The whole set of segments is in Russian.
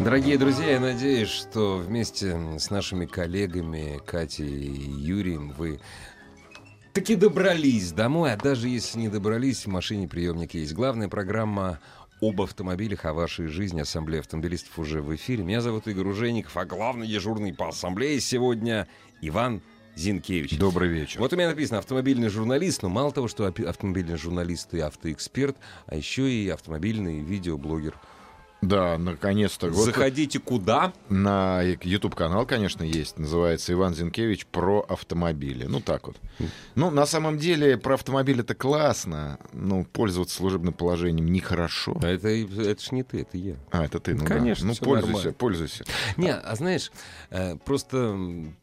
Дорогие друзья, я надеюсь, что вместе с нашими коллегами Катей и Юрием вы таки добрались домой, а даже если не добрались, в машине приемник есть. Главная программа об автомобилях, о вашей жизни. Ассамблея автомобилистов уже в эфире. Меня зовут Игорь Ужеников, а главный дежурный по ассамблее сегодня Иван Зинкевич. Добрый вечер. Вот у меня написано автомобильный журналист, но мало того, что апи- автомобильный журналист и автоэксперт, а еще и автомобильный видеоблогер. Да, наконец-то. Вот Заходите куда? На YouTube-канал, конечно, есть. Называется «Иван Зинкевич про автомобили». Ну, так вот. Ну, на самом деле, про автомобиль это классно, но пользоваться служебным положением нехорошо. А это, это ж не ты, это я. А, это ты, ну да. Конечно, Ну, всё пользуйся, нормально. пользуйся. Не, а знаешь, э, просто м,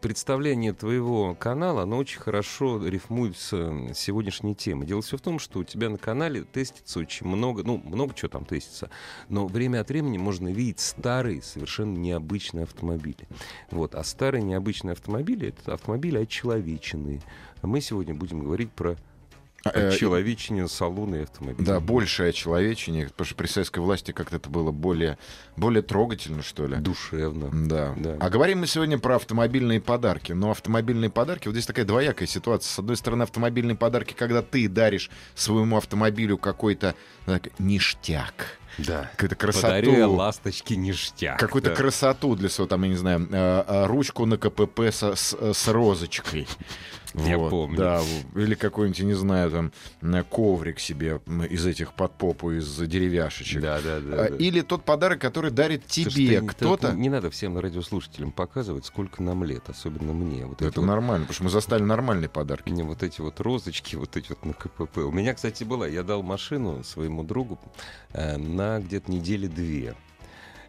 представление твоего канала, оно очень хорошо рифмует с э, сегодняшней темой. Дело все в том, что у тебя на канале тестится очень много, ну, много чего там тестится, но время от времени можно видеть старые, совершенно необычные автомобили. Вот, а старые необычные автомобили — это автомобили очеловеченные. А мы сегодня будем говорить про Э, очеловечение салона и автомобиля. Да, большее человечение, потому что при советской власти как-то это было более, более трогательно, что ли. Душевно. Да. Да. А говорим мы сегодня про автомобильные подарки. Но автомобильные подарки, вот здесь такая двоякая ситуация. С одной стороны, автомобильные подарки, когда ты даришь своему автомобилю какой-то так, ништяк. Да. Какую-то Подарю я красоту. ласточки ништяк. Какую-то Да. красоту для своего, там, я не знаю, э, э, ручку на КПП со- с, э, с розочкой. Я помню. Да, в- или какой-нибудь, я не знаю, там, э, коврик себе м, из этих под попу, из деревяшечек. Да, да, да. А, да. Или тот подарок, который дарит Слушай, тебе ты не- кто-то. ты Не, надо всем радиослушателям показывать, сколько нам лет, особенно мне. Вот Да эти Это вот- нормально, потому что мы застали нормальные подарки. мне вот эти вот розочки, вот эти вот на КПП. У меня, кстати, была. Я дал машину своему другу э, на где-то недели две.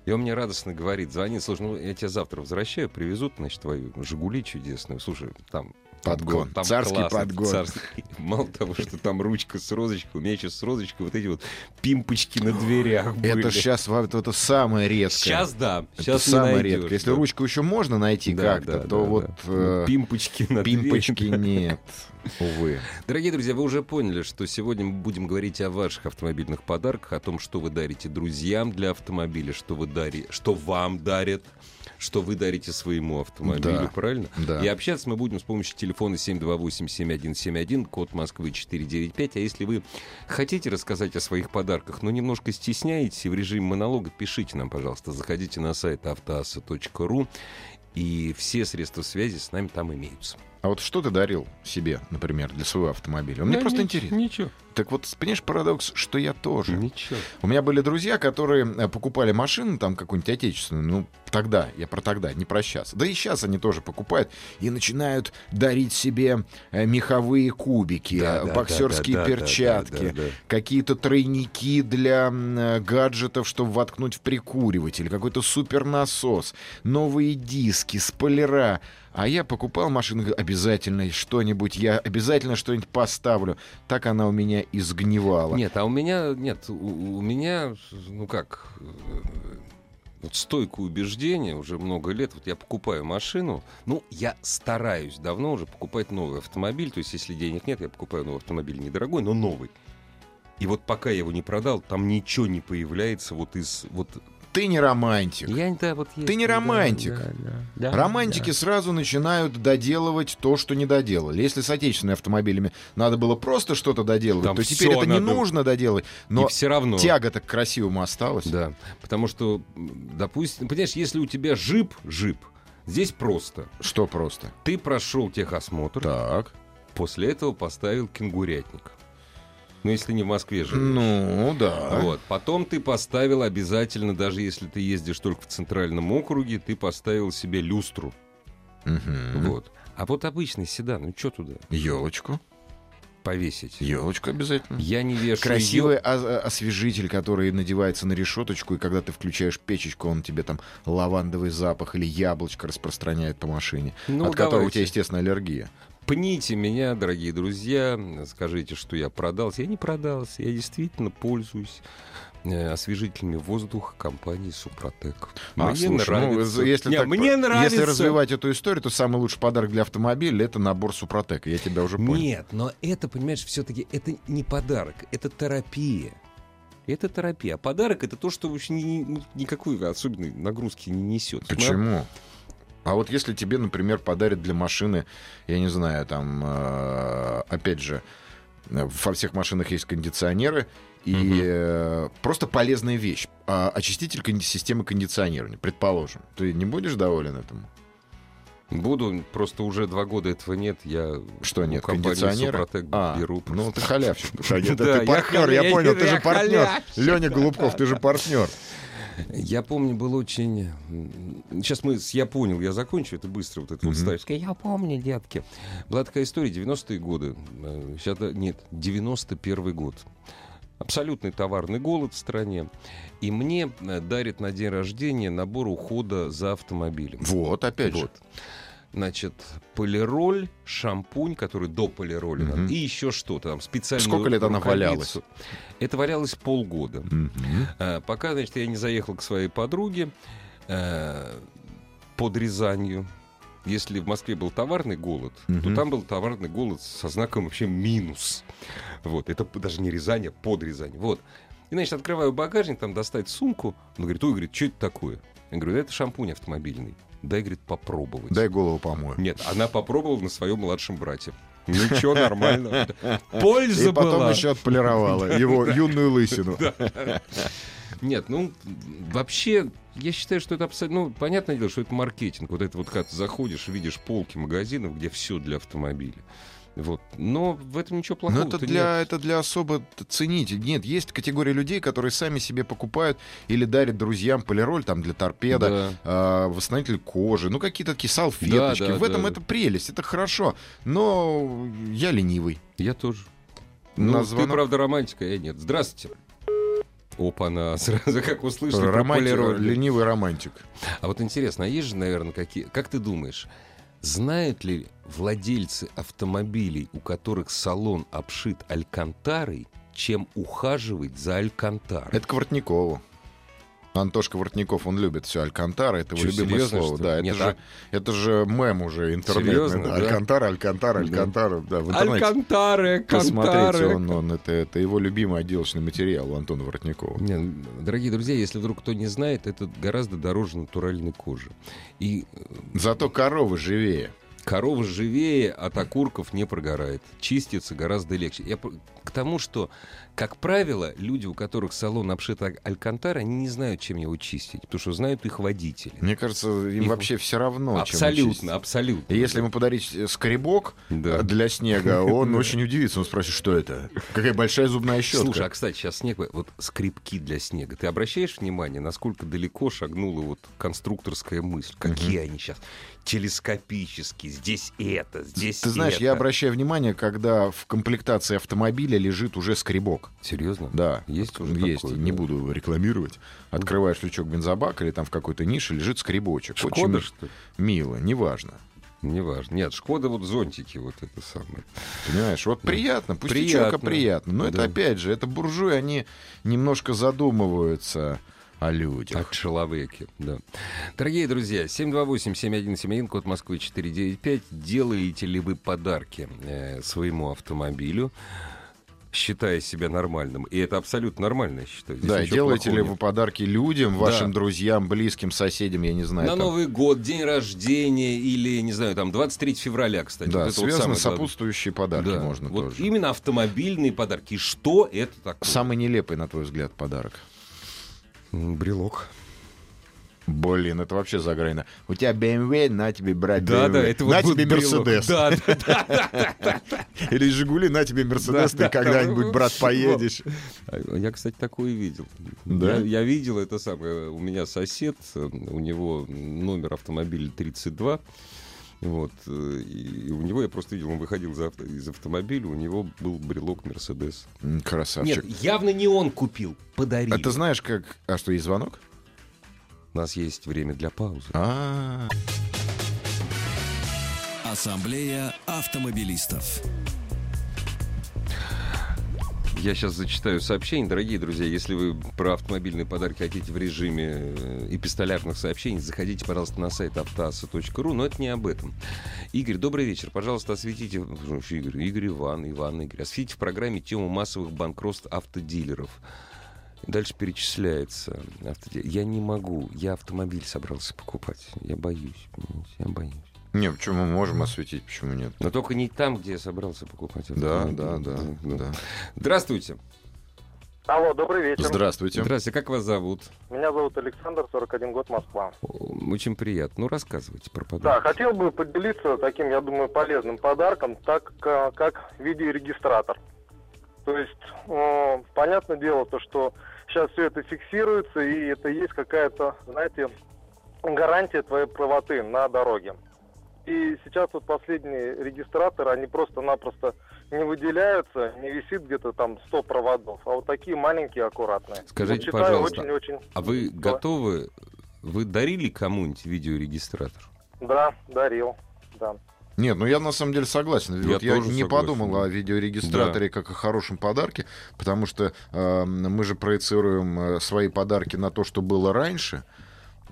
И он мне радостно говорит, звонит, слушай, ну я тебя завтра возвращаю, привезут, значит, твою «Жигули» чудесную. Слушай, там там Подгон. кла- там Царский классно, подгон. царский. Мало того, что там ручка с розочкой, у меня еще с розочкой вот эти вот пимпочки на дверях были. Это сейчас это самое редкое. Сейчас да, это сейчас не самое найдешь, редкое. Если да. ручку еще можно найти Да, как-то, да, то да, вот да. Ну, э, пимпочки на двери. пимпочки нет. Увы. Дорогие друзья, вы уже поняли, что сегодня мы будем говорить о ваших автомобильных подарках, о том, что вы дарите друзьям для автомобиля, что вы дари, что вам дарят, что вы дарите своему автомобилю, Да, правильно? да. И общаться мы будем с помощью телефона 728-7171, код Москвы 495. А если вы хотите рассказать о своих подарках, но немножко стесняетесь и в режиме монолога, пишите нам, пожалуйста. Заходите на сайт автоаса.ру, и все средства связи с нами там имеются. А вот что ты дарил себе, например, для своего автомобиля? Мне просто интересно. Ничего. Так вот, понимаешь, парадокс, что я тоже. Ничего. У меня были друзья, которые э, покупали машину там какую-нибудь отечественную, ну, тогда, я про тогда, не про сейчас. Да и сейчас они тоже покупают и начинают дарить себе э, меховые кубики, э, боксерские перчатки, какие-то тройники для м, э, гаджетов, чтобы воткнуть в прикуриватель, какой-то супернасос, новые диски, спойлера. А я покупал машину, говорю, обязательно что-нибудь, я обязательно что-нибудь поставлю. Так она у меня и сгнивала. Нет, а у меня нет, у, у меня ну как э, вот стойкое убеждение уже много лет. Вот я покупаю машину, ну я стараюсь давно уже покупать новый автомобиль. То есть если денег нет, я покупаю новый автомобиль недорогой, но новый. И вот пока я его не продал, там ничего не появляется вот из вот. Ты не романтик. Я не да, вот есть, Ты не да, романтик. да, да, да, Романтики сразу начинают доделывать то, что не доделали. Если с отечественными автомобилями надо было просто что-то доделывать, Там то теперь всё это не надо. нужно доделывать. да. Но И все равно. тяга так красивому осталась. Да, потому что, м, допустим, понимаешь, если у тебя жип, жип, здесь просто. Что просто? Ты прошел техосмотр, Так. после этого поставил кенгурятник. Ну, если не в Москве же. Ну, да. Вот. Потом ты поставил обязательно, даже если ты ездишь только в центральном округе, ты поставил себе люстру. Мгм. Вот. А вот обычный седан, ну что туда? Елочку. повесить. Елочка обязательно. Я не вешаю Красивый о- освежитель, который надевается на решеточку, и когда ты включаешь печечку, он тебе там лавандовый запах или яблочко распространяет по машине, ел- Ну, от которого у давайте. тебя, естественно, аллергия. Пните меня, дорогие друзья, скажите, что я продался. Я не продался, я действительно пользуюсь э, освежителями воздуха компании Супротек. А, слушай, ну, если, Не, так про- мне нравится. если развивать эту историю, то самый лучший подарок для автомобиля это набор Супротека. Я тебя уже понял. Нет, но это, понимаешь, все-таки это не подарок, это терапия. Это терапия. А подарок это то, что вообще ни- ни- ну, никакой особенной нагрузки не несет. Почему? А вот если тебе, например, подарят для машины, я не знаю, там, э, опять же, э, во всех машинах есть кондиционеры, и Мгм. э, просто полезная вещь. А, очиститель конди- системы кондиционирования, предположим. Ты не будешь доволен этому? Буду, просто уже два года этого нет. Я Что у нет, компании кондиционера? Ну, Супротек А, беру. ну просто. ты халявщик. а Ты Да, я партнер, я халя- понял, ты я же партнер. халявщик, да, Леня Голубков, да, ты же да. партнер. Я помню, был очень... Сейчас мы... с «Я понял, я закончу». Это быстро вот это вот Мгм. ставишь. Я помню, детки. Была такая история, 90-е годы. Э, Сейчас... да, Нет, 91-й год. Абсолютный товарный голод в стране. И мне э, дарит на день рождения набор ухода за автомобилем. Вот, опять же. Вот. Значит, полироль, шампунь, который до полироля, Мгм. и еще что-то там специально. Сколько лет она валялась? Это валялось полгода. Мгм. Э, Пока, значит, я не заехал к своей подруге э, под Рязанью. Если в Москве был товарный голод, Мгм. то там был товарный голод со знаком вообще минус. Вот, это п- даже не Рязань, а под Рязань. Вот. И, значит, открываю багажник, там достать сумку. Он говорит, ой, говорит, что это такое? Я говорю, это шампунь автомобильный. Дай, говорит, попробовать. Дай голову помою. Нет, она попробовала на своем младшем брате. Ничего, нормально. Польза И потом была. еще отполировала его юную лысину. Нет, ну, вообще, я считаю, что это абсолютно... Ну, понятное дело, что это маркетинг. Вот это вот, когда ты заходишь, видишь полки магазинов, где все для автомобиля. Вот. Но в этом ничего Но плохого Ну, это для, это для особо т- ценителей. Нет, есть категория людей, которые сами себе покупают или дарят друзьям полироль там, для торпеда, а, восстановитель кожи, ну какие-то такие салфеточки. Да, да, в этом да. это прелесть, это хорошо. Но я ленивый. Я тоже. Ну, На ты, звонок- правда, романтика, я нет. Здравствуйте. Опа-на, сразу как услышали про Романтик, полироль. ленивый романтик. А вот интересно, а есть же, наверное, какие... Как ты думаешь, знают ли владельцы автомобилей, у которых салон обшит алькантарой, чем ухаживать за алькантарой? Это к Воротникову. Антошка Воротников, он любит все Алькантара, это его Чё, любимое серьезно, слово. что ли? Да, это, Нет, же, а- это же мем уже интернетный. Серьезно, да. да? Алькантара, Алькантара, Алькантара. Да, в интернете ну. Алькантары, Посмотрите, кантары. он, он, это, это его любимый отделочный материал у Антона Воротникова. Не, ну, дорогие друзья, если вдруг кто не знает, это гораздо дороже натуральной кожи. И э, Зато коровы живее. корова живее, от окурков не прогорает. Чистится гораздо легче. Я п- к тому, что, как правило, люди, у которых салон обшит аль- алькантара, они не знают, чем его чистить, потому что знают их водители. Мне кажется, им Их- вообще все равно, Ну, а чем учиться. абсолютно, абсолютно. И Если ему подарить э, скребок Да. э, для снега, он очень удивится. Он спросит, что это? Какая большая зубная щетка. Слушай, а кстати, сейчас снег, вот скрипки для снега. Ты обращаешь внимание, насколько далеко шагнула вот конструкторская мысль? Какие они сейчас телескопические? Здесь это, здесь. Ты знаешь, это. я обращаю внимание, когда в комплектации автомобиля лежит уже скребок. Серьезно? Да, Есть уже есть. такое, не да. буду рекламировать. Открываешь лючок бензобака или там в какой-то нише лежит скребочек. Шкода, Очень что ли? мило, неважно. Неважно. Нет, Шкода вот зонтики вот это самое. Понимаешь, вот приятно, пусть Приятно. человека приятно. Но это Да. опять же, это буржуи, они немножко задумываются о людях. О человеке, да. Дорогие друзья, 728-7171, код Москвы 495. Делаете ли вы подарки э, своему автомобилю, считая себя нормальным? И это абсолютно нормально, я считаю. Здесь да, и ничего делаете плохого ли нет. вы подарки людям, вашим друзьям, близким, соседям, я не знаю. На там. Новый год, день рождения или, не знаю, там 23 февраля, кстати. Да, вот это вот связаны самое главное. сопутствующие подарки Да, можно вот тоже. Именно автомобильные подарки. И что это такое? Самый нелепый, на твой взгляд, подарок. М, Брелок. Блин, это вообще заграйно. У тебя BMW, на тебе брать Да, BMW. да, это вот на был тебе брелок. Мерседес. Да, да, да, да. Или Жигули, на тебе Мерседес, Да, ты да, когда-нибудь, да. брат, поедешь. А Я, кстати, такое видел. Да? Я, я видел это самое. У меня сосед, э, у него номер автомобиля 32. Вот. э, И, и у него, я просто видел, он выходил за авто- из автомобиля, у него был брелок Мерседес. М, Красавчик. явно не он купил, подарил. а ты знаешь, как... А что, есть звонок? У нас есть время для паузы. А, Ассамблея автомобилистов. Я сейчас зачитаю сообщение. Дорогие друзья, если вы про автомобильные подарки хотите в режиме э, эпистолярных сообщений, заходите, пожалуйста, на сайт автоаса.ру, но это не об этом. Игорь, добрый вечер. Пожалуйста, осветите... Почему еще Игорь, Игорь, Иван, Иван, Игорь. Осветите в программе тему массовых банкротств автодилеров. Дальше перечисляется. автоди- Я не могу. Я автомобиль собрался покупать. Я боюсь, понимаете, я боюсь. не, почему мы можем осветить, почему нет? Но только не там, где я собрался покупать. Да, автомобиль. да, да, Ну, да. Здравствуйте. Алло, добрый вечер. Здравствуйте. Здравствуйте. Как вас зовут? Меня зовут Александр, 41 год, Москва. Очень приятно. Ну, рассказывайте про Да, подарок. хотел бы поделиться таким, я думаю, полезным подарком, так ка- как видеорегистратор. То есть, э, понятное дело, то, что сейчас все это фиксируется, и это есть какая-то, знаете, гарантия твоей правоты на дороге. И сейчас вот последние регистраторы, они просто-напросто не выделяются, не висит где-то там 100 проводов, а вот такие маленькие, аккуратные. Скажите, Вот считаю, пожалуйста, очень-очень А вы Да. готовы? Вы дарили кому-нибудь видеорегистратор? Да, дарил. Да. Нет, ну я на самом деле согласен. Я Вот я тоже не согласен. подумал о видеорегистраторе как о хорошем подарке, потому что э, мы же проецируем э, свои подарки на то, что было раньше,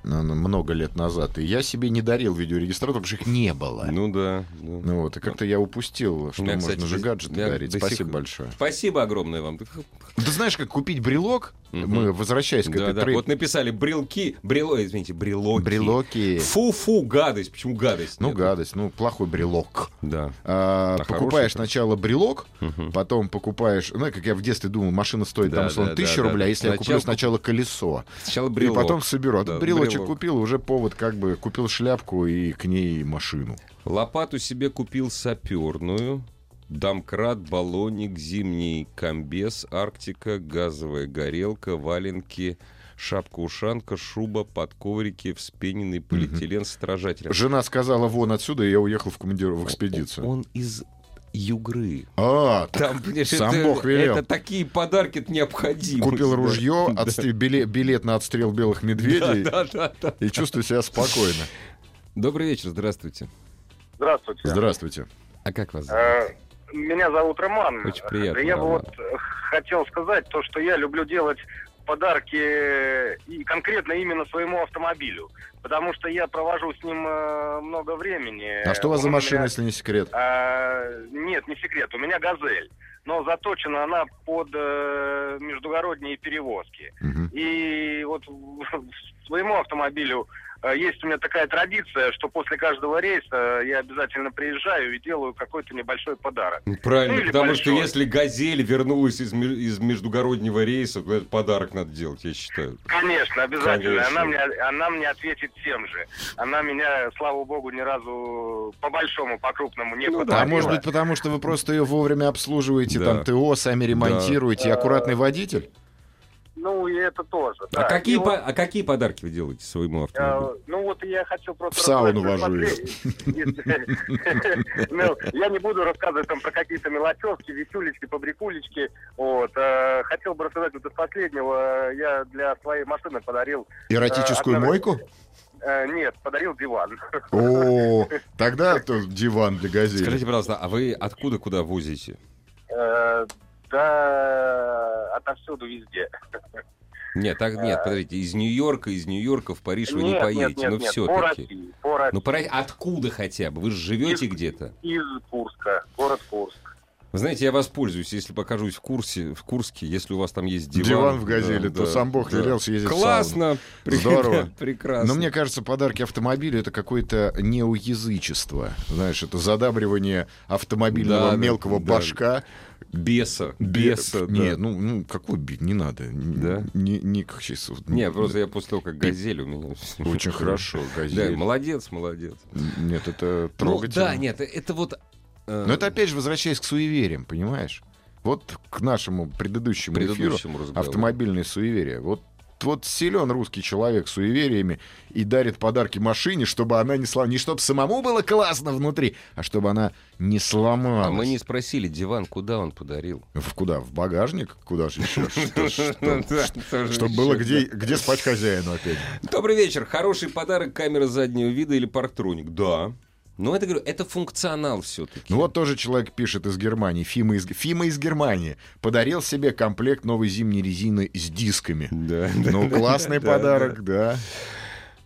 на- на много лет назад. И я себе не дарил видеорегистратор, потому что их не было. Ну да. да. Ну вот, и как-то я упустил, что меня, можно кстати, же до- гаджеты я дарить. до сих- Спасибо большое. Спасибо огромное вам. Ты знаешь, как купить брелок? Мгм. Мы, возвращаясь к Да, этой да. трей- Вот написали брелки, брело, извините, брелоки. брелоки. Фу-фу, гадость. Почему гадость? Ну, Нет. гадость, ну, плохой брелок. Да. А, Да, покупаешь хороший-то. сначала брелок, Мгм. потом покупаешь, ну, как я в детстве думал, машина стоит Да, там, условно, да, да, 1000 да. рублей, а если я куплю Сначала- сначала колесо, Сначала брелок. и потом соберу. А тут Да, брелочек брелок. купил, уже повод как бы купил шляпку и к ней машину. Лопату себе купил саперную. Домкрат, баллоник, зимний комбез, Арктика, газовая горелка, валенки, шапка-ушанка, шуба, подковрики, вспененный полиэтилен с отражателем. Жена сказала вон отсюда, и я уехал в командировку, в экспедицию. Он из Югры. А, так Там, понимаешь, сам это, Бог велел. это такие подарки необходимы. купил Да. ружье, отстрел- биле- билет на отстрел белых Да, медведей да, да, да. и чувствую себя спокойно. Добрый вечер, здравствуйте. Здравствуйте. Здравствуйте. А как вас зовут? Э, Меня зовут Роман. Очень приятно, Я бы Роман. вот э, хотел сказать то, что я люблю делать подарки э, и конкретно именно своему автомобилю, потому что я провожу с ним э, много времени. А что у вас за Он у машина, меня- если не секрет? А, Нет, не секрет. У меня «Газель», но заточена она под э, междугородние перевозки. Мгм. И вот в- своему автомобилю э, есть у меня такая традиция, что после каждого рейса э, я обязательно приезжаю и делаю какой-то небольшой подарок. Ну, Правильно, или потому большой. что если «Газель» вернулась из, ми- из междугороднего рейса, то это подарок надо делать, я считаю. Конечно, обязательно. Конечно. Она мне, она мне ответит тем же. Она меня, слава богу, ни разу по большому, по крупному не Ну да, подарила. А может быть, потому что вы просто ее вовремя обслуживаете, Да. там ТО, сами ремонтируете, и аккуратный водитель? Ну и это тоже. да. а, какие, И вот, по- а какие подарки вы делаете своему автомобилю? э, ну вот я хотел просто... В сауну рассказать, вожу её. Нет. Ну, Я не буду рассказывать там про какие-то мелочевки, висюлечки, побрякулечки. Вот. э, Хотел бы рассказать вот из последнего. э, Я для своей машины подарил... Эротическую Э, одна- мойку? э, Нет, подарил диван. О, тогда то диван для газели. Скажите, пожалуйста, а вы откуда куда возите? Э, Да, отовсюду везде. Нет, так нет, подождите, из Нью-Йорка, из Нью-Йорка в Париж вы не Э, Нет, поедете, нет, но нет, нет, По все-таки. России, по России. Ну, пора- откуда хотя бы? Вы же живете Из- где-то. Из Курска, город Курск. Вы знаете, я воспользуюсь, если покажусь в курсе, в Курске, если у вас там есть диван. Диван в «Газели», да, то да, сам Бог да. велел съездить в Классно! Пре- Здорово. Прекрасно. Но мне кажется, подарки автомобилю это какое-то неуязычество. Знаешь, это задабривание автомобильного Да, да, мелкого да. башка. Беса. Беса, да. Нет, ну, ну какой бе- не надо. Н- Да? Не, не, как щас вот- Не, просто я после того, как «Газель» у меня... Очень хорошо, Да, газель. молодец, молодец. Нет, это Ну, трогательно. да, нет, это вот... э, Но это опять же возвращаясь к суевериям, понимаешь? Вот к нашему предыдущему, эфиру предыдущему разговору. автомобильное суеверие. Вот вот силен русский человек с суевериями и дарит подарки машине, чтобы она не сломалась. Не чтобы самому было классно внутри, а чтобы она не сломалась. А мы не спросили диван, куда он подарил. В куда? В багажник? Куда же еще? Что- Ну, что- да, тоже Чтобы еще, было да. где, где спать хозяину опять. Добрый вечер. Хороший подарок камера заднего вида или парктроник. Да. Но Ну, это, говорю, это функционал все-таки. Ну вот тоже человек пишет из Германии. Фима из, Фима из Германии подарил себе комплект новой зимней резины с дисками. Да, Ну, классный да, подарок, да.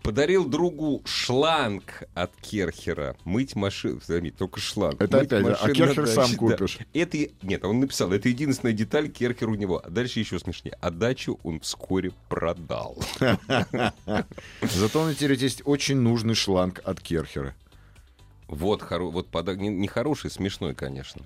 Подарил другу шланг от Керхера. Мыть машину. Заметь, только шланг. Это Мыть опять, же, а машину Керхер на сам даче, да. купишь. Это, е- нет, он написал, это единственная деталь Керхер у него. А дальше еще смешнее. А дачу он вскоре продал. Зато на территории есть очень нужный шланг от Керхера. Вот, хоро... вот подарок. Не, не хороший, смешной, конечно.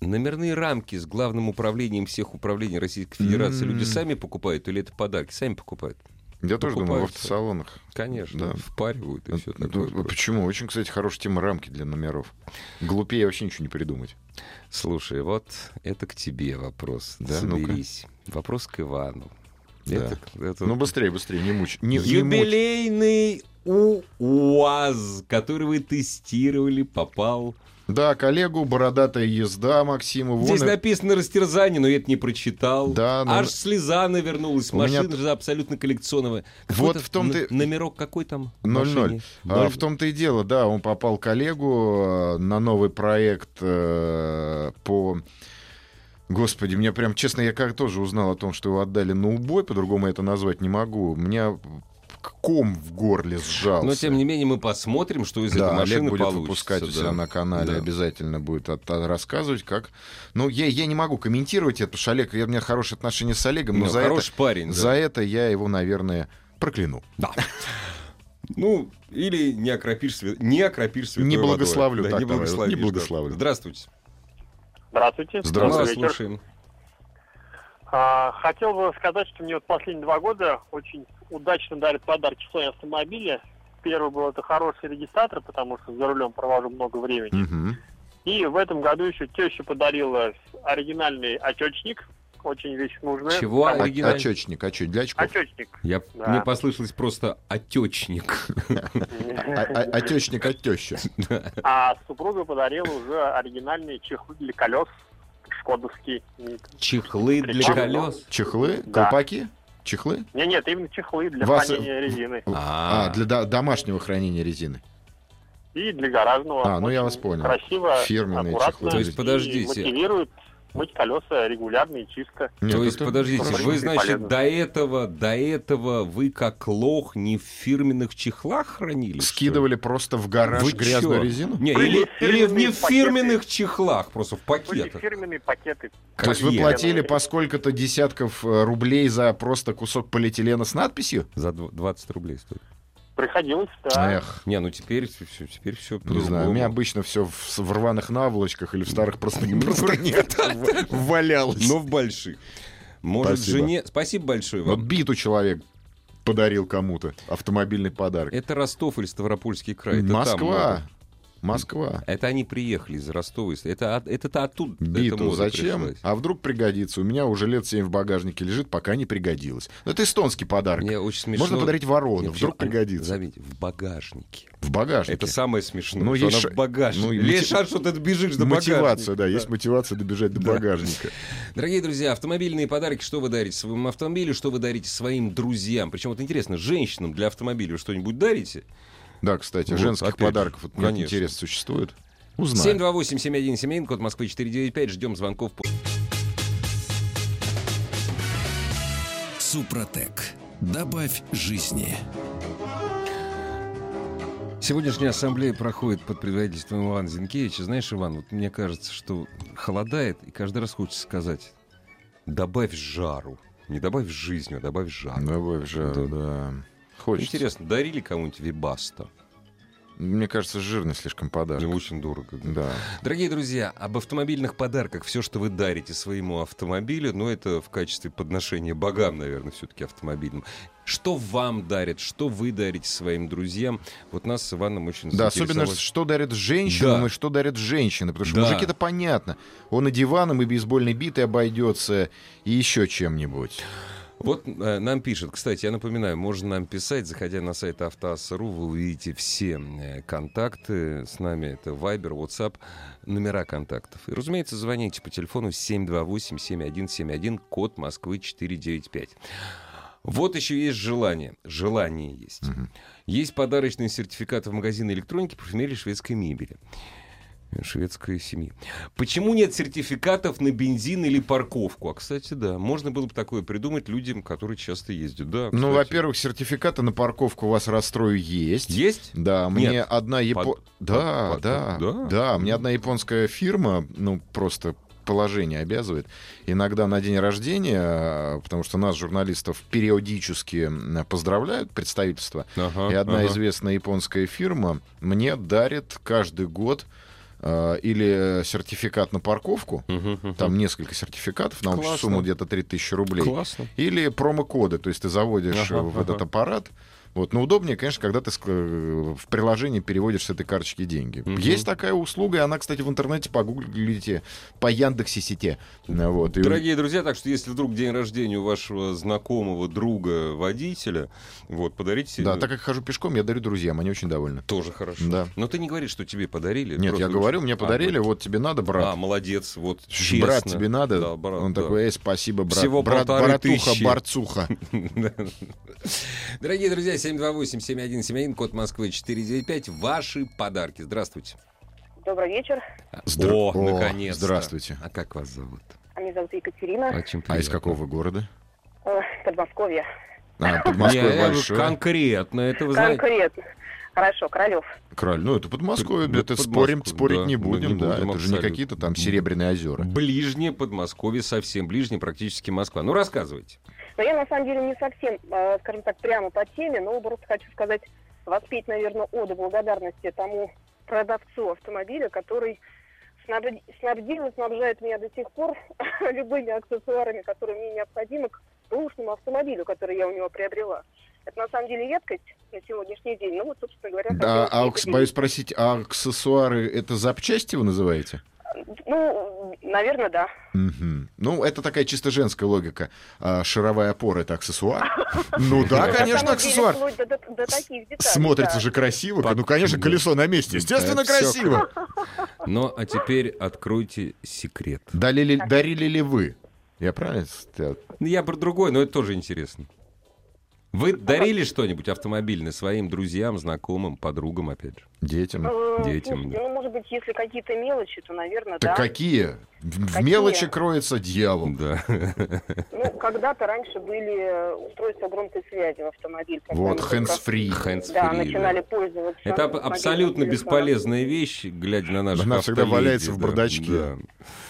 Номерные рамки с главным управлением всех управлений Российской Федерации люди М. сами покупают или это подарки? Сами покупают. Я тоже думаю, в Покупают. автосалонах. Конечно, Да. впаривают и все Ну, такое. Почему? Очень, кстати, хорошая тема рамки для номеров. Глупее вообще ничего не придумать. Слушай, вот это к тебе вопрос. Да, ну-ка. Соберись. Вопрос к Ивану. Да. Это, это- Ну, быстрее, быстрее, не мучь. Не, не мучь. Юбилейный у- УАЗ, который вы тестировали, попал. Да, коллегу, бородатая езда Максима. Вон Здесь и- написано растерзание, но я это не прочитал. Да, но- Аж слеза навернулась. У меня Машина же абсолютно коллекционная. Вот Какой-то в том-то н- и- Номерок какой там? 00. машине? А, Ноль- в том-то и дело, да, он попал коллегу э, на новый проект э, по... Господи, мне прям, честно, я как тоже узнал о том, что его отдали на убой, по-другому я это назвать не могу. У меня к- ком в горле сжался. Но, тем не менее, мы посмотрим, что из да, этой машины Олег будет получится. выпускать у да. Ну, себя на канале, Да. обязательно будет от- от- рассказывать, как... Ну, я, я не могу комментировать это, потому что Олег, я- у меня хорошие отношения с Олегом, но Ну, за, хороший парень. это, да. за это я его, наверное, прокляну. Да. Ну, или не окропишь, свя- не окропишь святой Не водой. благословлю, Да, так, не давай, благословишь, не благословлю. да. Здравствуйте. Здравствуйте. Мы Здравствуйте. вас Добрый вечер. слушаем. А, хотел бы сказать, что мне вот последние два года очень удачно дарят подарки в свои автомобили. Первый был это хороший регистратор, потому что за рулем провожу много времени. Мгм. И в этом году еще теща подарила оригинальный отечник. Очень вещь нужная. Чего? Там- А- Оригинальный. Очечник, очечник, для очков. Отечник. Я... Да. Мне послышалось просто отечник. А- а- Отечник от тещи. А супруга подарила уже оригинальные чехлы для колес. Шкодовский. Чехлы для Причем- колес. Чехлы? Да. Колпаки? Чехлы? Нет, нет, именно чехлы для Вас- хранения резины. А. А, для до- домашнего хранения резины. и для гаражного. А, ну я Очень вас понял. Красиво, Фирменные аккуратно. чехлы. То есть, и подождите. мотивирует мыть колеса регулярно и чисто. Нет, То есть, это- подождите, просто вы, значит, полезно. до этого, до этого вы как лох не в фирменных чехлах хранили? что ли? Скидывали просто в гараж Вы грязную чё? Ну, резину? Не, Были или, или в не фирменные в фирменных чехлах, просто в Были пакетах. фирменные пакеты. То есть вы Колье. платили по сколько-то десятков э, рублей за просто кусок полиэтилена с надписью? За дв- 20 рублей стоит. Приходилось, да. Эх, Не, ну теперь все, теперь все не знаю, у меня обычно все в, с- в рваных наволочках или в старых просто, просто нет, в- валялось. но в больших. Может, Спасибо. Ну, жене... Спасибо большое Вот вам. биту человек подарил кому-то, автомобильный подарок. Это Ростов или Ставропольский край? Э, Это там Москва, надо. Москва. это они приехали из Ростова. из- Это, от- это-то оттуда. эта Биту мода зачем? пришлась. А вдруг пригодится? У меня уже лет 7 в багажнике лежит, пока не пригодилось. Но это эстонский подарок. Мне очень смешно. Можно подарить ворону, Мне вообще- ну вдруг пригодится. Заметьте, в багажнике. В багажнике. Это самое смешное, Ну, ну, есть она ш- в багажнике. ну, и Есть мотив- шанс, что ты бежишь до Мотивация, багажника. да, есть мотивация добежать до Да. багажника. Дорогие друзья, автомобильные подарки, что вы дарите своему автомобилю, что вы дарите своим друзьям. Причем вот интересно, женщинам для автомобиля вы что-нибудь дарите? Да, кстати, Вот, женских опять же, подарков, вот, мне конечно. интерес существует. Узнаю. 728-7171, код Москвы 495, ждем звонков. Супротек. Добавь жизни. Сегодняшняя ассамблея проходит под предводительством Ивана Зинкевича. Знаешь, Иван, вот мне кажется, что холодает, и каждый раз хочется сказать, добавь жару. Не добавь жизнь, а добавь жару. Добавь жару, да. Хочется. Интересно, дарили кому-нибудь вибаста? Мне кажется, жирный слишком подарок. Ну, очень дорого. да. Да. Дорогие друзья, об автомобильных подарках, все, что вы дарите своему автомобилю, ну это в качестве подношения богам, наверное, все-таки автомобильным. Что вам дарят, что вы дарите своим друзьям? Вот нас с Иваном очень Да, особенно заинтересовало. что дарят женщинам Да. и что дарят женщины. Потому что Да. мужики-то понятно. Он и диваном, и бейсбольной битой обойдется, и еще чем-нибудь. Вот э, нам пишет, кстати, я напоминаю, можно нам писать, заходя на сайт автоаса.ру, вы увидите все э, контакты с нами, это Viber, WhatsApp, номера контактов. И, разумеется, звоните по телефону 728-7171, код Москвы 495. Вот еще есть желание. Желание есть. Есть подарочные сертификаты в магазины электроники, парфюмерии шведской мебели. Э, Шведской семьи. Почему нет сертификатов на бензин или парковку? А, кстати, да, можно было бы такое придумать людям, которые часто ездят. Да, Ну, кстати. во-первых, сертификаты на парковку у вас расстрою есть. Есть? Да, мне Нет. одна япо... Под- да, под- да, под- да, да. Ну. мне одна японская фирма, ну просто положение обязывает. Иногда на день рождения, а, потому что нас журналистов периодически м, поздравляют представительство, Ага, и одна ага. известная японская фирма мне дарит каждый год а, или сертификат на парковку, Мгм, мгм. там несколько сертификатов, на общую Классно. сумму где-то 3000 рублей. Классно. Или промокоды, то есть ты заводишь Ага, э, в ага. этот аппарат. Вот. Но удобнее, конечно, когда ты ск- э, в приложении переводишь с этой карточки деньги. Мгм. Есть такая услуга, и она, кстати, в интернете погуглите по Яндексе сети. Э, Вот. И- Дорогие друзья, так что если вдруг день рождения у вашего знакомого друга водителя, вот, подарите... Да, так как хожу пешком, я дарю друзьям, они очень довольны. Тоже хорошо. Да. Но ты не говоришь, что тебе подарили. Нет, просто я говоришь, говорю, мне «А, подарили, вот тебе надо, брат. А, молодец, вот честно. брат, тебе надо. Да, брат, Он да. такой, эй, спасибо, брат. Всего брат, полторы братуха, тысячи. борцуха. Дорогие друзья, 728-7171, код Москвы 495, ваши подарки. Здравствуйте. Добрый вечер. Здра- О, О, наконец Здравствуйте. А как вас зовут? Меня зовут Екатерина, Очень А из приятно. какого вы города? э, Подмосковье. А, Не, Подмосковье я говорю, большое. конкретно, это вы знаете. Конкретно. Хорошо, Королев. Краль, ну это Подмосковье, Ну, это это спорим, Подмосковье, спорить да. не Ну, не будем, да, будем это же не абсолютно. какие-то там серебряные озера. Ближнее Подмосковье, совсем ближнее, практически Москва. Ну, рассказывайте. Но я на самом деле не совсем, э, скажем так, прямо по теме, но просто хочу сказать, воспеть, наверное, оду благодарности тому продавцу автомобиля, который снаб- снабдил и снабжает меня до сих пор любыми аксессуарами, которые мне необходимы к бэушному автомобилю, который я у него приобрела. Это на самом деле редкость на сегодняшний день. Ну вот, собственно говоря, Да, хотела а, с ней акс- боюсь спросить, а аксессуары это запчасти вы называете? поделиться. Ну, наверное, да. Мгм. Ну, это такая чисто женская логика. А, шаровая опора это аксессуар. Ну да, На конечно, На самом деле, аксессуар. вплоть до, до- до таких деталей. Смотрится да. же красиво. Под- Ну, конечно, колесо на месте. Да, Естественно, всё красиво. Ну, а теперь откройте секрет. Дарили, дарили ли вы? Я правильно? ст- Ну, Я про другой, но это тоже интересно. Вы дарили что-нибудь автомобильное своим друзьям, знакомым, подругам, опять же? Детям. Э, Детям, слушайте, Ну, может быть, если какие-то мелочи, то, наверное, Так а- да. какие? В- В Какие? мелочи кроется дьявол. Да. Ну, когда-то раньше были э, устройства громкой связи в автомобиль. когда Вот, они как раз, hands-free. Hands-free, Да, да. начинали пользоваться. Это аб- мобильным абсолютно телефоном. бесполезная вещь, глядя на наших Она всегда автоледи, валяется в да, бардачке. да.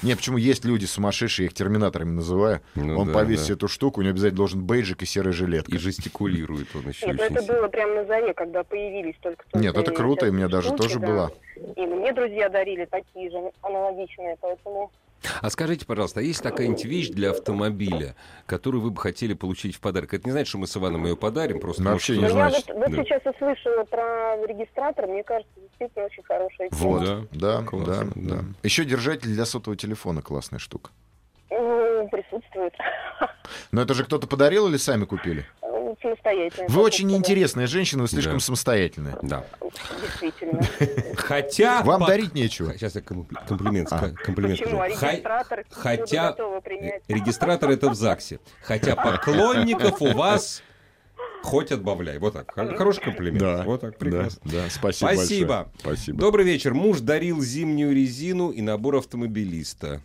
Не, почему есть люди сумасшедшие, я их терминаторами называю. Ну он да, повесит да. эту штуку, у него обязательно должен бейджик и серая жилетка. И жестикулирует он еще Нет, ну, очень это сильно. было прямо на заре, когда появились только Нет, это круто, и у меня даже тоже было. была. И мне друзья дарили такие же, аналогичные, поэтому... А скажите, пожалуйста, а есть какая-нибудь вещь для автомобиля, которую вы бы хотели получить в подарок? Это не значит, что мы с Иваном ее подарим, просто... Ну, может, вообще не Но кто-то- я значит, вот, вот да. сейчас услышала про регистратор, мне кажется, действительно очень хорошая тема. Вот, да, Да? да, Классно, да. да. Еще держатель для сотового телефона классная штука. Ну, Присутствует. Но это же кто-то подарил или сами купили? Ну, Самостоятельно. Вы очень интересны. интересная женщина, вы слишком Да. самостоятельная. Да. Действительно. Хотя... Вам пок- дарить нечего. Сейчас я комп- комплимент, ска- комплимент Почему? А скажу. Хай- регистратор хотя- буду готова принять. Э, Регистратор это в ЗАГСе. Хотя поклонников у вас хоть отбавляй. Вот так. Хо- Хороший комплимент. Вот так, прекрасно. Да, да, спасибо. Спасибо. большое. Спасибо. Добрый вечер. Муж дарил зимнюю резину и набор автомобилиста.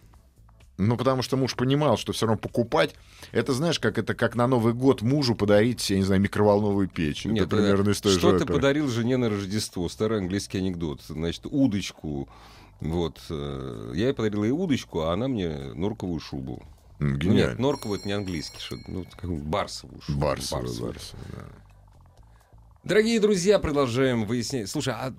Ну, потому что муж понимал, что все равно покупать, это, знаешь, как это, как на Новый год мужу подарить, я не знаю, микроволновую печь. Нет, это примерно из той же Что ты оперы. подарил жене на Рождество? Старый английский анекдот. Значит, удочку. Вот. э, Я ей подарил ей удочку, а она мне норковую шубу. М, Ну, Гениально. нет, ну, норковый это не английский. что- ну, как барсовую шубу. Барсовый, Барсовую. барсовый, да. Дорогие друзья, продолжаем выяснять. Слушай, а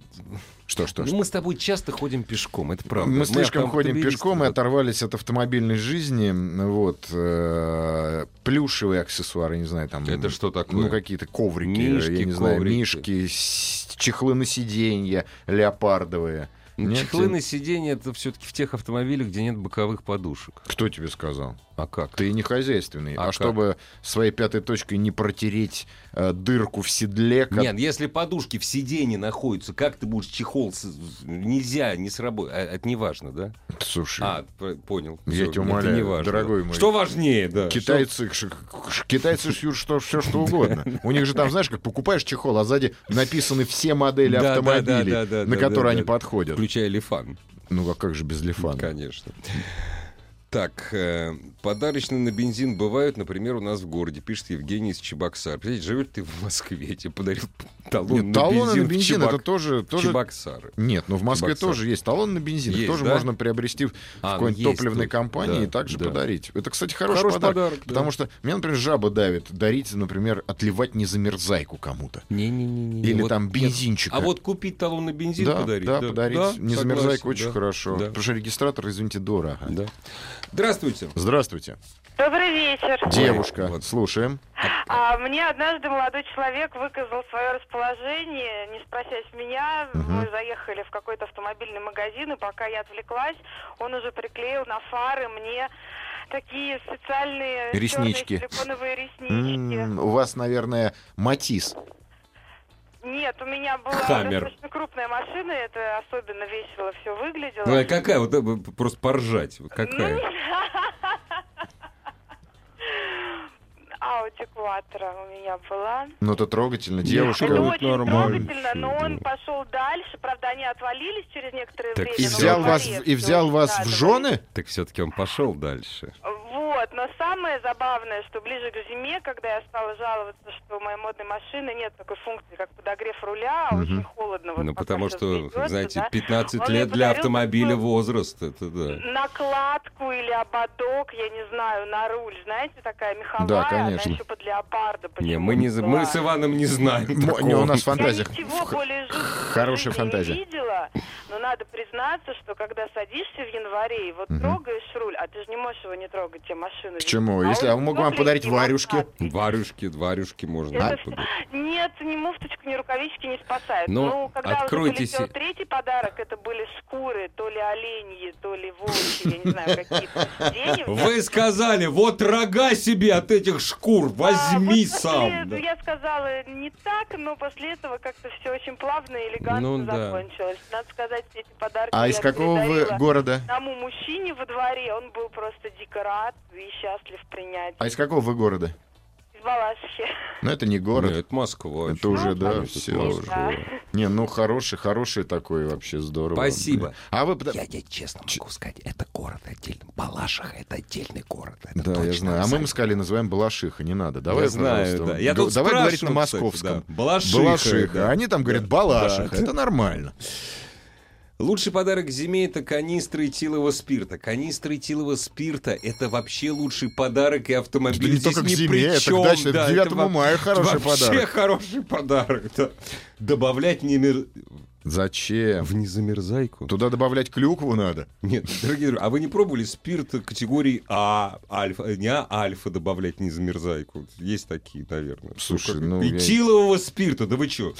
Что, что, ну, что? мы с тобой часто ходим пешком, это правда. Мы слишком ходим автомобилисты, пешком и да. оторвались от автомобильной жизни. Вот э, плюшевые аксессуары, не знаю, там. Это что такое? Ну какие-то коврики, Мишки, я не знаю, коврики. мишки, с- чехлы на сиденья, леопардовые. Ну, Нет, Чехлы тебе- на сиденье это все-таки в тех автомобилях, где нет боковых подушек. Кто тебе сказал? А как? Ты не хозяйственный. А А, как? чтобы своей пятой точкой не протереть э, дырку в седле, как- Нет, если подушки в сиденье находятся, как ты будешь чехол? с- с- Нельзя, не сработает. А, это не важно, да? слушай, А, п- понял. Я Всё, тебя это умоляю, не важно. дорогой мой. Что важнее, да? китайцы, ш- ш- китайцы шьют что, все что угодно. У них же там, знаешь, как покупаешь чехол, а сзади написаны все модели Да, да, да, да, да, автомобилей, на да, которые да, они да. Что- подходят. Включая лифан. Ну а как же без лифана? Конечно. Так, э, подарочные на бензин бывают, например, у нас в городе, пишет Евгений из Чебоксар. Представляете, живешь ты в Москве, я тебе подарил талон Нет, на Ну, ну, талоны бензин на в бензин Чебок- это тоже... тоже... Чебоксары. Нет, ну в Москве Чебоксар. тоже есть талон на бензин. их Есть, тоже да? можно приобрести в А, какой-нибудь есть топливной тут, компании да, и также да. подарить. Это, кстати, хороший, Хороший подарок. подарок, да. Потому что меня, например, жаба давит. Дарить, например, отливать незамерзайку кому-то. Не-не-не. Или там бензинчика. А вот купить талон на бензин да, подарить. да, подарить. незамерзайку согласен, очень да, хорошо. да, Потому что регистратор, извините, дорого. да. Здравствуйте. Здравствуйте. Добрый вечер. Девушка, вот. слушаем. А, мне однажды молодой человек выказал свое расположение, не спросясь меня. Мгм. Мы заехали в какой-то автомобильный магазин, и пока я отвлеклась, он уже приклеил на фары мне такие специальные чёрные Реснички. силиконовые реснички. М, у вас, наверное, Матис. Нет, у меня была Хаммер. достаточно крупная машина, и это особенно весело все выглядело. Ну, а какая? Вот э, просто поржать. Вот Ну, Какая? Audi Quattro у меня была. Ну, это трогательно. Девушка, это Девушка вот очень нормально. трогательно, но он пошел дальше. Правда, они отвалились через некоторое Так время. и но взял он вас, порезал. и взял вас Да, в да. жены? Так все-таки он пошел дальше. Вот, но самое забавное, что ближе к зиме, когда я стала жаловаться, что у моей модной машины нет такой функции, как подогрев руля, а Мгм. очень холодно. вот ну, пока потому всё что, взбредётся, знаете, да. 15 Он лет мне для подарил автомобиля такую возраст. Это да. накладку или ободок, я не знаю, на руль, знаете, такая меховая, Да, конечно. она еще под леопарда. Не, почему-то мы, не, за- мы была. с Иваном не знаем. М- такого. не, у нас Я фантазия. ничего Х- более жуткого в Хорошая жизни фантазия. не видела, но надо признаться, что когда садишься в январе и вот Мгм. трогаешь руль, а ты же не можешь его не трогать, тебе машину. ведь. чему? А Если- он а мы могу вам тепленький, подарить а? варежки. мохнатый. Варюшки, дварюшки можно. Это и всё- туда. Нет, ни муфточка, ни рукавички не спасают. Но ну, когда откройте уже полетел се- третий подарок, это были шкуры, то ли оленьи, то ли волчьи, я не знаю, какие-то деньги. Вы сказали, вот рога себе от этих шкур, возьми А, вот после- сам. ну, Да. Я сказала не так, но после этого как-то все очень плавно и элегантно Ну да. закончилось. Надо сказать, все эти подарки А я из какого вы передарила города? одному мужчине во дворе. Он был просто дико рад и счастлив принять. А из какого вы города? Из Балашихи. Ну, это не город. Нет, Ну, это Москва. Это уже, да, Конечно, всё это уже. Москва. Не, ну хороший, хороший такой вообще здорово. Спасибо. А вы... пода- честно Ч- сказать, это город отдельный. Балашиха — это отдельный город. Да, я знаю. А мы им сказали, называем Балашиха, не надо. Давай, я знаю, пожалуйста, да. Я г- тут Давай говорить на спрашивал, кстати, московском. да. Балашиха. Балашиха. да. Они там говорят Да. Балашиха. Да. Это нормально. Лучший подарок зиме — это канистры этилового спирта. Канистры этилового спирта — это вообще лучший подарок, и автомобиль Не здесь только к не зиме, при это к чем. даче, это к 9 во- мая хороший вообще подарок. хороший подарок. да. Добавлять не мер- А Зачем? в незамерзайку. Туда добавлять клюкву надо. Нет, дорогие друзья, а вы не пробовали спирт категории А, альфа, э, не А, альфа добавлять не замерзайку? Есть такие, наверное. Слушай, как- ну, я- Этилового спирта, да вы чё?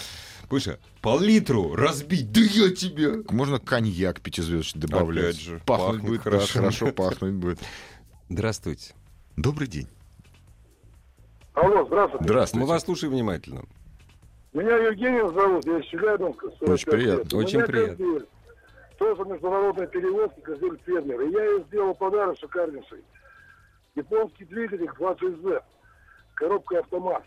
Слушай, пол-литру разбить, да я тебя... Можно коньяк пятизвездочный добавлять. Опять же, пахнуть, пахнет будет хорошо. хорошо. пахнуть будет. Здравствуйте. Добрый день. Алло, здравствуйте. Здравствуйте. Мы вас слушаем внимательно. Меня Евгений зовут, я из Челябинска. 45 лет. Очень приятно. У меня Очень приятно. козель. Тоже международная перевозка, козель фермер. И я ей сделал подарок шикарнейший. Японский двигатель 26Z. Коробка автомат.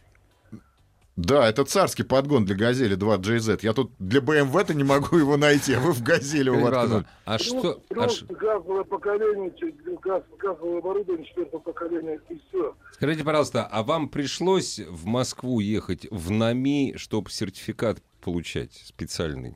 Да, это царский подгон для «Газели» 2JZ. Я тут для BMW-то не могу его найти, а вы в «Газели» его воткнули. а Плюс, что... а плюс ш- газовое поколение, че- газ, газовое оборудование четвертого поколения и все. Скажите, пожалуйста, а вам пришлось в Москву ехать в НАМИ, чтобы сертификат получать специальный?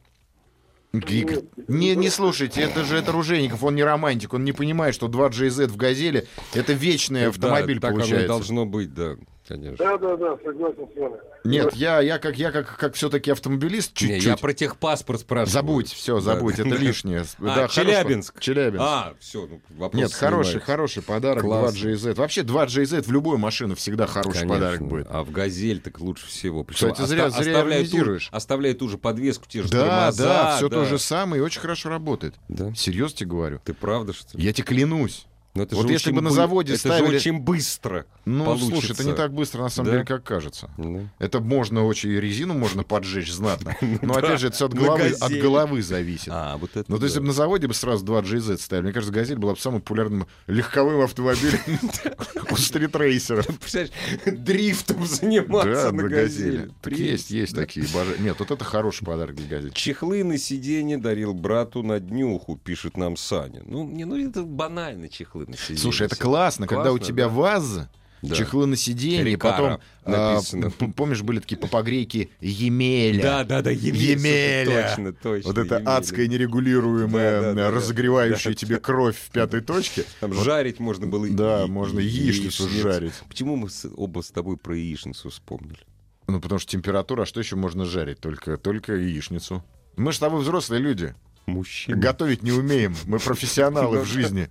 Игорь, Не, не слушайте, это же это Ружейников, он не романтик, он не понимает, что 2JZ в «Газели» — это вечный Э, автомобиль да, так оно и получается. должно быть, да, конечно. Да, да, да, согласен с вами. Нет, я, я как, я как, как все-таки автомобилист Не, я чуть-чуть. про техпаспорт спрашиваю. Забудь, все, Да. забудь, это лишнее. А, Да, хорошо. Челябинск. Челябинск. А, все, ну, вопрос Нет, хороший, снимается. хороший подарок Классно. 2GZ. Вообще 2GZ в любую машину всегда хороший Конечно. подарок будет. А в «Газель» так лучше всего. Причём Кстати, зря- зря оставляет, ту, иронизируешь. оставляет ту же подвеску, те же Да, тормоза. да, все то же самое и очень хорошо работает. Да. Серьезно тебе говорю. Ты правда, что ли? Я тебе клянусь. Но это Вот же если очень бы на бы- заводе это ставили- же очень быстро. Ну, слушай, это получится. Ну. не так быстро, на самом Да. деле, как кажется. Да. Это можно очень, и резину можно поджечь знатно. Но Ну да, опять же, это всё от на головы, от «Газели». головы зависит. А, вот это. Ну, то есть, если да. бы на заводе бы сразу два GZ ставили, мне кажется, «Газель» была бы самым популярным легковым автомобилем у стритрейсеров. ну, Представляешь, дрифтом заниматься Да, на, на газели. «Газели». Так Прелесть, Есть, есть да. такие. боже- Нет, вот это хороший подарок для «Газели». Чехлы на сиденье дарил брату на днюху, пишет нам Саня. Ну, не, ну это банально чехлы на сиденье. Слушай, это классно, когда у Классно, тебя да. ваза, Да. чехлы на сиденье, и Рикара потом... а, написано. п- Помнишь, были такие попогрейки «Емеля». Да, да, да, Емеля. Емеля. Точно, точно. Вот это Емеля. адская нерегулируемая, Да, да, да, э, разогревающая тебе кровь в пятой точке. Там Вот, жарить можно было. и- Да, и- можно и яичницу жарить. Почему мы с- оба с тобой про яичницу вспомнили? Ну, потому что температура, а что еще можно жарить? Только, только яичницу. Мы же с тобой взрослые люди. Мужчина. Готовить не умеем. Мы профессионалы в жизни.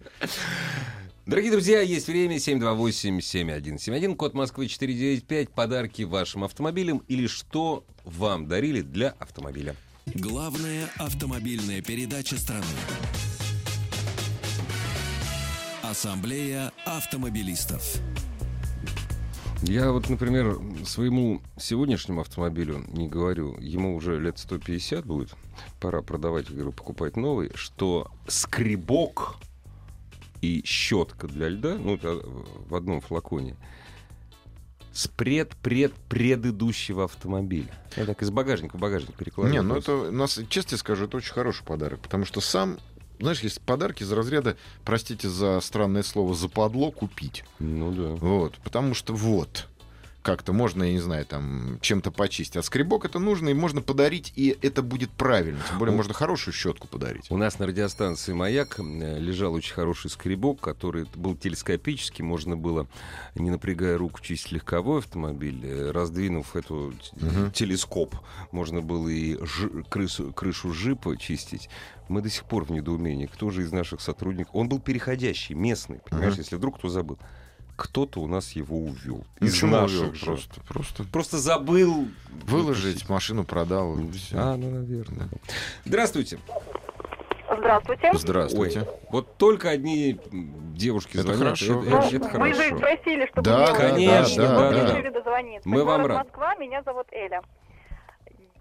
Дорогие друзья, есть время 728-7171, код Москвы 495, подарки вашим автомобилям или что вам дарили для автомобиля. Главная автомобильная передача страны. Ассамблея автомобилистов. Я вот, например, своему сегодняшнему автомобилю не говорю, ему уже лет 150 будет, пора продавать, говорю, покупать новый, что скребок и щетка для льда, ну, это в одном флаконе, с пред-пред-предыдущего автомобиля. Я так из багажника в багажник перекладываю. Не, ну просто. это, у нас, честно тебе скажу, это очень хороший подарок. Потому что сам, знаешь, есть подарки из разряда, простите за странное слово, западло купить. Ну да. Вот, потому что вот как-то можно, я не знаю, там чем-то почистить. А скребок это нужно, и можно подарить, и это будет правильно. Тем более, Ну, можно хорошую щетку подарить. У нас на радиостанции «Маяк» э, лежал очень хороший скребок, который был телескопический, можно было, не напрягая руку, чистить легковой автомобиль, э, раздвинув эту т- Мгм. телескоп, можно было и жи- крысу- крышу жипа чистить. Мы до сих пор в недоумении, кто же из наших сотрудников... Он был переходящий, местный, понимаешь, Мгм. если вдруг кто забыл. Кто-то у нас его увел. Ну, Из чего наших увёл? же. Просто. просто, просто забыл. выложить, машину продал. Ну, всё. А, ну, наверное. Здравствуйте. Здравствуйте. Ну, Здравствуйте. Ой, вот только одни м, девушки Это звонят. хорошо. Это, Ну, это вы же хорошо. просили, чтобы Да, я вам конечно, позвонила. да, Вот да. решили дозвониться. Мы вам Город рады. Москва, меня зовут Эля.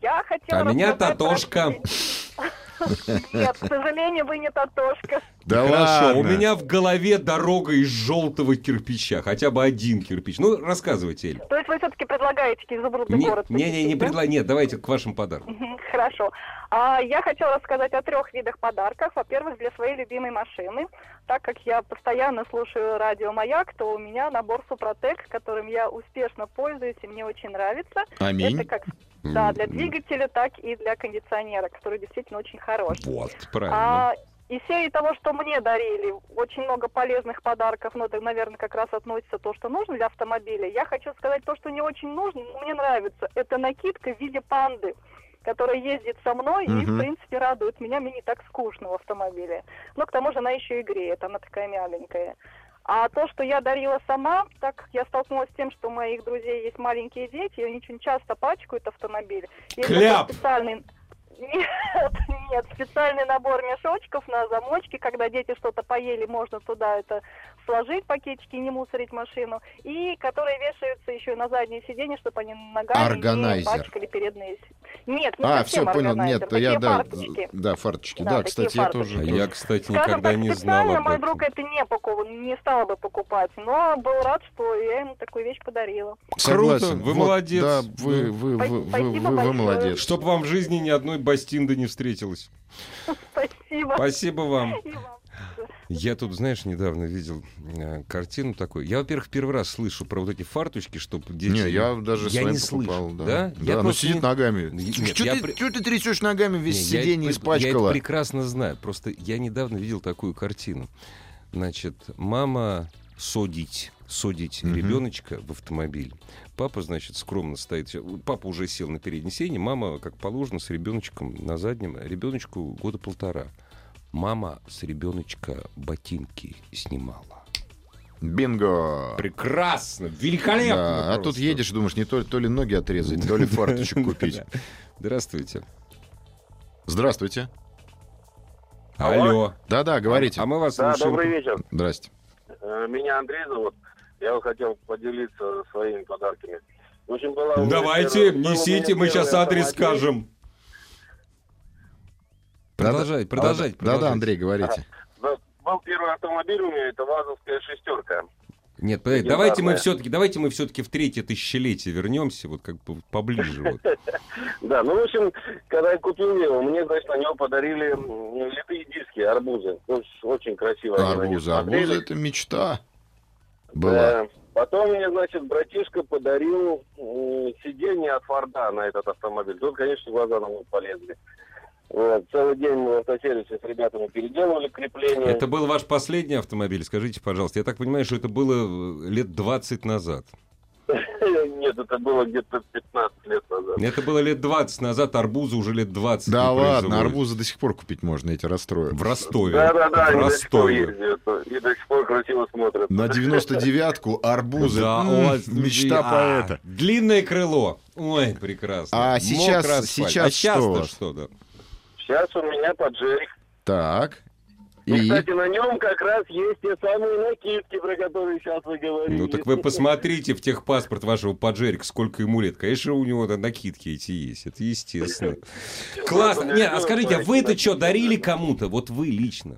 Я хотела... А меня рассказать про Татошка. жизнь. Нет, к сожалению, вы не Татошка. Да Хорошо, у ладно? меня в голове дорога из желтого кирпича, хотя бы один кирпич. Ну, рассказывайте, Эль. То есть вы все-таки предлагаете изумрудный Не, город? не, не, не посетить, да? предла- нет, давайте к вашим подаркам. Мгм, Хорошо. А, я хотела рассказать о трех видах подарков. Во-первых, для своей любимой машины. Так как я постоянно слушаю радио «Маяк», то у меня набор «Супротек», которым я успешно пользуюсь и мне очень нравится. Аминь. Это как да, для М, двигателя, так и для кондиционера, который действительно очень хорош. Вот, правильно. А, из серии того, что мне дарили, очень много полезных подарков, но это, наверное, как раз относится то, что нужно для автомобиля. Я хочу сказать то, что не очень нужно, но мне нравится. Это накидка в виде панды, которая ездит со мной и, Мгм. в принципе, радует меня. Мне не так скучно в автомобиле. Но, к тому же, она еще и греет, она такая мягенькая. А то, что я дарила сама, так как я столкнулась с тем, что у моих друзей есть маленькие дети, и они очень часто пачкают автомобиль. Я взяла Кляп! Специальный... Нет, нет, специальный набор мешочков на замочке, когда дети что-то поели, можно туда это сложить пакетики, не мусорить машину, и которые вешаются еще и на заднее сиденье, чтобы они ногами Органайзер. не пачкали передние. с- Нет, не А, совсем все, понял. органайзер, Нет, я такие да, фарточки. да, фарточки. Да, Да, такие кстати, я тоже. А Я, кстати, никогда так, не знал специально об мой этом. друг это не, покупал, не стал бы покупать, но был рад, что я ему такую вещь подарила. Согласен. Круто, вы Вот, молодец. Ну, Да, вы, вы, вы, Спа- вы, спасибо вы- вы большое. молодец. Чтоб вам в жизни ни одной бастинды не встретилось. Спасибо. Спасибо вам. И вам. Я тут, знаешь, недавно видел э, картину такую. Я, во-первых, первый раз слышу про вот эти фарточки, чтобы дети... Не, я даже Я своим не слышу. покупал, да. Да? Я ну просто сидит не- ногами. Нет, Чё я ты, при- чё ты трясешь ногами, весь Не, сиденье я это, пре- Я испачкало? это прекрасно знаю. Просто я недавно видел такую картину. Значит, мама содить, содить Мгм. ребеночка в автомобиль. Папа, значит, скромно стоит. Папа уже сел на переднее сиденье, мама, как положено, с ребеночком на заднем. Ребеночку года полтора. Мама с ребеночка ботинки снимала. Бинго! Прекрасно, великолепно. Да, а тут просто. едешь, думаешь, не то, то ли ноги отрезать, то ли фарточек купить. Да. Здравствуйте. Здравствуйте. Алло. Да-да, говорите. А мы вас Да, А слушаем. а добрый вечер. Здрасте. Э, Меня Андрей зовут. Я вот хотел поделиться своими подарками. В общем, была у меня Давайте, первая- был у меня несите, мы первый сейчас адрес автомобиль. скажем. Продолжайте, продолжайте. Да-да, продолжайте. Андрей, говорите. Да, Был первый автомобиль у меня, это ВАЗовская шестерка. Нет, подожди, Не давайте мы знаю. все-таки, давайте мы все-таки в третье тысячелетие вернемся, вот как бы поближе. вот. Да, ну, в общем, когда я купил его, мне, значит, на него подарили м, литые диски, арбузы. Ну, с- очень А, красиво. они на них Арбузы. Арбузы смотрелись. это мечта. Была. Да. Потом мне, значит, братишка подарил м, сиденье от Форда на этот автомобиль. Тут, конечно, глаза на лоб полезли. Вот. Целый день мы в автосервисе с ребятами переделывали крепление. Это был ваш последний автомобиль, скажите, пожалуйста. Я так понимаю, что это было э, лет 20 назад. Нет, это было где-то 15 лет назад. Это было лет 20 назад, арбузы уже лет 20 Да не ладно, производят. арбузы до сих пор купить можно, я тебя расстрою. В Ростове. в Да-да-да, и до сих пор Ростове. ездят, и до сих пор красиво смотрят. На 99-ку арбузы. Да, М, у вас мечта А, поэта. Длинное крыло. Ой, прекрасно. А сейчас- Мокрый асфальт. сейчас а сейчас что у то вас? что, да? Сейчас у меня поджерик. Так. И, И кстати, на нем как раз есть те самые накидки, про которые сейчас вы говорили. Ну так вы посмотрите в техпаспорт вашего поджерика, сколько ему лет. Конечно, у него да, накидки эти есть, это естественно. Классно. Не, а скажите, а вы-то что, дарили кому-то? Вот вы лично.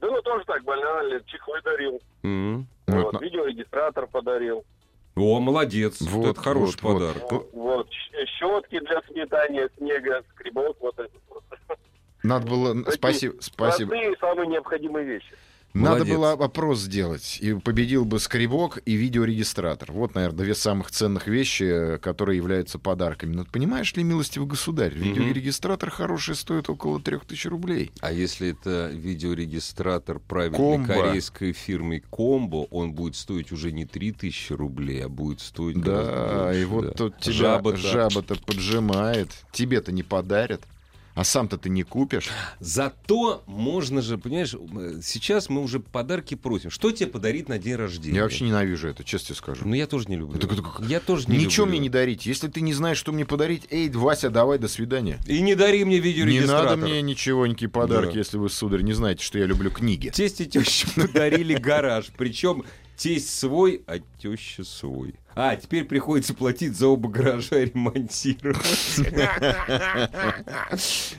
Да ну тоже так, банально, чехлы дарил. М. Вот, Вот, Ну, на- Видеорегистратор подарил. О, молодец. Вот, Вот, это хороший вот, вот. подарок. Ну- Вот, щ- щетки для сметания снега, скребок, вот это. вот. надо было... Спасибо, спасибо. Простые, самые необходимые вещи. Надо Молодец. было опрос сделать. И победил бы скребок и видеорегистратор. Вот, наверное, две самых ценных вещи, э, которые являются подарками. Но понимаешь ли, милостивый государь, видеорегистратор хороший стоит около 3000 рублей. А если это видеорегистратор правильной Комбо. корейской фирмы Комбо, он будет стоить уже не 3000 рублей, а будет стоить гораздо Да, больше, и вот да. тут тебя Жаба-то. жаба-то поджимает. Тебе-то не подарят. А сам-то ты не купишь. Зато можно же, понимаешь, э, сейчас мы уже подарки просим. Что тебе подарить на день рождения? Я вообще ненавижу это, честно тебе скажу. Ну, я тоже не люблю. Это как- Я тоже не Ничего люблю. мне не дарите. Если ты не знаешь, что мне подарить, эй, Вася, давай, до свидания. И не дари мне Не видеорегистратор. надо мне ничего, никакие подарки, Да. если вы, сударь, не знаете, что я люблю книги. Тесть и теща подарили гараж. Причем тесть свой, а теща свой. А, теперь приходится платить за оба гаража и ремонтировать.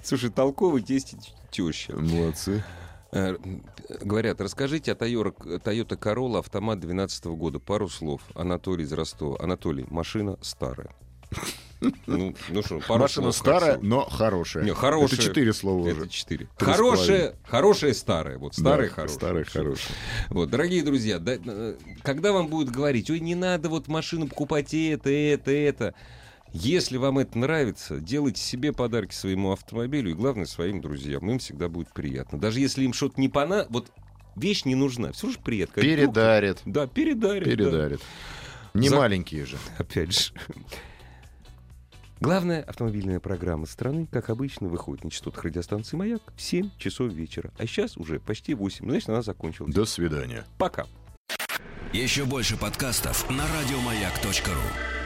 Слушай, толковый тесть и теща. Молодцы. Э, Говорят, расскажите о Toyota Toyota Corolla автомат 2012 года. Пару слов. Анатолий из Ростова. Анатолий, машина старая. Ну, ну что, пару Машина слов старая, хорошо. но хорошая. Не, хорошая. Это четыре слова Это уже. четыре. Три с Хорошая, хорошая старая. Вот старая Да, хорошая. Старая Всё. хорошая. Вот, дорогие друзья, да, э, когда вам будут говорить, ой, не надо вот машину покупать и это, и это, и это. Если вам это нравится, делайте себе подарки своему автомобилю и, главное, своим друзьям. Им всегда будет приятно. Даже если им что-то не понадобится, вот вещь не нужна, все же приятно. Как Передарит. вдруг- Да, передарит. да. Передарит. Не За- маленькие же. Опять же. Главная автомобильная программа страны, как обычно, выходит на частотах радиостанции «Маяк» в 7 часов вечера. А сейчас уже почти 8. Значит, она закончилась. До свидания. Пока. Еще больше подкастов на радиомаяк.ру.